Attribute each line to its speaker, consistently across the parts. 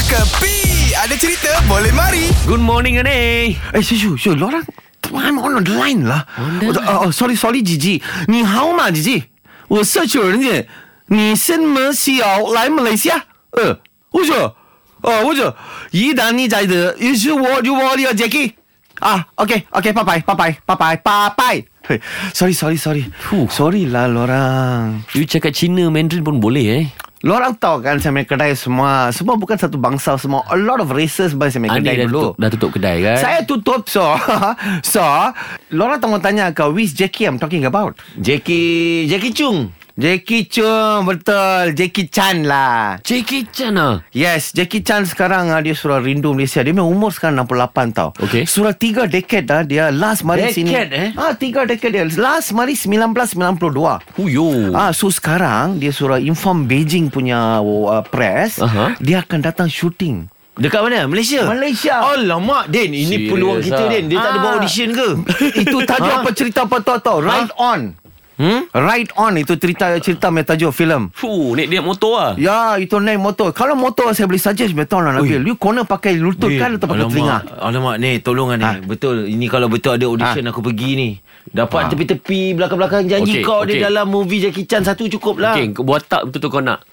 Speaker 1: Kepi Ada cerita boleh mari
Speaker 2: Good morning, Anay.
Speaker 3: Eh, Syu, Syu, Syu, lorang I'm on the line lah. On the line. Oh, oh, sorry, sorry, Gigi. 你好吗，Gigi？我社区有人见，你什么时候来马来西亚？呃，我说，哦，我说，一旦你在这，于是我就我的 Jackie。啊，OK，OK，拜拜，Ah, 拜拜，拜拜，拜拜。嘿，sorry sorry sorry
Speaker 2: Fuh.
Speaker 3: sorry lah lorang
Speaker 2: You cakap Cina, Mandarin pun boleh eh.
Speaker 3: Lorang tahu kan Sampai kedai semua Semua bukan satu bangsa Semua a lot of races Sampai sampai
Speaker 2: Ani
Speaker 3: kedai
Speaker 2: dah
Speaker 3: dulu
Speaker 2: tutup, dah tutup kedai kan?
Speaker 3: Saya tutup so So Lorang tolong tanya ke Which Jackie I'm talking about
Speaker 2: Jackie, Jackie Chung.
Speaker 3: Jackie Chung Betul Jackie Chan lah
Speaker 2: Jackie Chan ah.
Speaker 3: Yes Jackie Chan sekarang ah, Dia surah rindu Malaysia Dia punya umur sekarang 68 tau
Speaker 2: Okey.
Speaker 3: Surah 3 dekad dah Dia last mari
Speaker 2: Decade,
Speaker 3: sini
Speaker 2: eh?
Speaker 3: Ah, 3 dekad dia Last mari 1992
Speaker 2: Huyo.
Speaker 3: Ah, so sekarang dia suruh inform Beijing punya uh, press
Speaker 2: Aha.
Speaker 3: uh-huh. dia akan datang shooting.
Speaker 4: Dekat mana? Malaysia?
Speaker 3: Malaysia.
Speaker 4: Alamak, Din. Ini
Speaker 2: Serious
Speaker 4: peluang kita,
Speaker 2: ah.
Speaker 4: Din. Dia tak ada
Speaker 3: Ah.
Speaker 4: buat audition ke?
Speaker 3: Itu tajuk
Speaker 4: Ha?
Speaker 3: apa cerita apa tahu tahu? Right on. Hmm? Right on itu cerita cerita punya tajuk filem.
Speaker 2: Fuh, naik dia motor ah.
Speaker 3: Ya, itu naik motor. Kalau motor saya boleh suggest betul lah Nabil. You kena pakai lutut kan atau pakai
Speaker 4: alamak,
Speaker 3: telinga?
Speaker 4: Alamak, ni tolong ni.
Speaker 3: Ah.
Speaker 4: Betul. Ini kalau betul ada
Speaker 2: Ah.
Speaker 4: audition aku pergi ni. Dapat tepi-tepi belakang-belakang
Speaker 2: Okey,
Speaker 4: janji
Speaker 2: okey.
Speaker 4: kau dia dalam movie Jackie Chan satu cukup lah.
Speaker 2: Okay, kau buat tak betul-betul kau nak.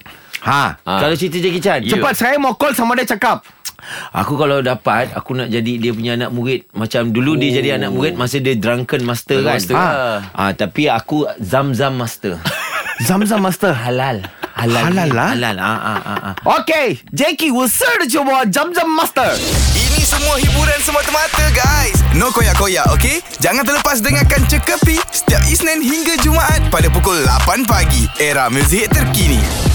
Speaker 3: Ha.
Speaker 2: Ah.
Speaker 4: Kalau cerita Jackie Chan.
Speaker 2: Ya.
Speaker 3: Cepat saya mau call sama dia cakap.
Speaker 4: Aku kalau dapat Aku nak jadi Dia punya anak murid Macam dulu oh. dia jadi anak murid Masa dia drunken master kan
Speaker 2: Master
Speaker 4: ha.
Speaker 2: lah.
Speaker 4: ha. Tapi aku Zam-zam master
Speaker 3: Zam-zam master.
Speaker 4: Halal Halal
Speaker 3: Halal lah?
Speaker 4: Halal ha, ha, ha, ha.
Speaker 3: Okay, Jackie, we'll search you for Zam-Zam Master.
Speaker 1: Ini semua hiburan semata-mata guys No koyak-koyak ok Jangan terlepas dengarkan Cekapi Setiap Isnin hingga Jumaat Pada pukul 8 pagi Era muzik terkini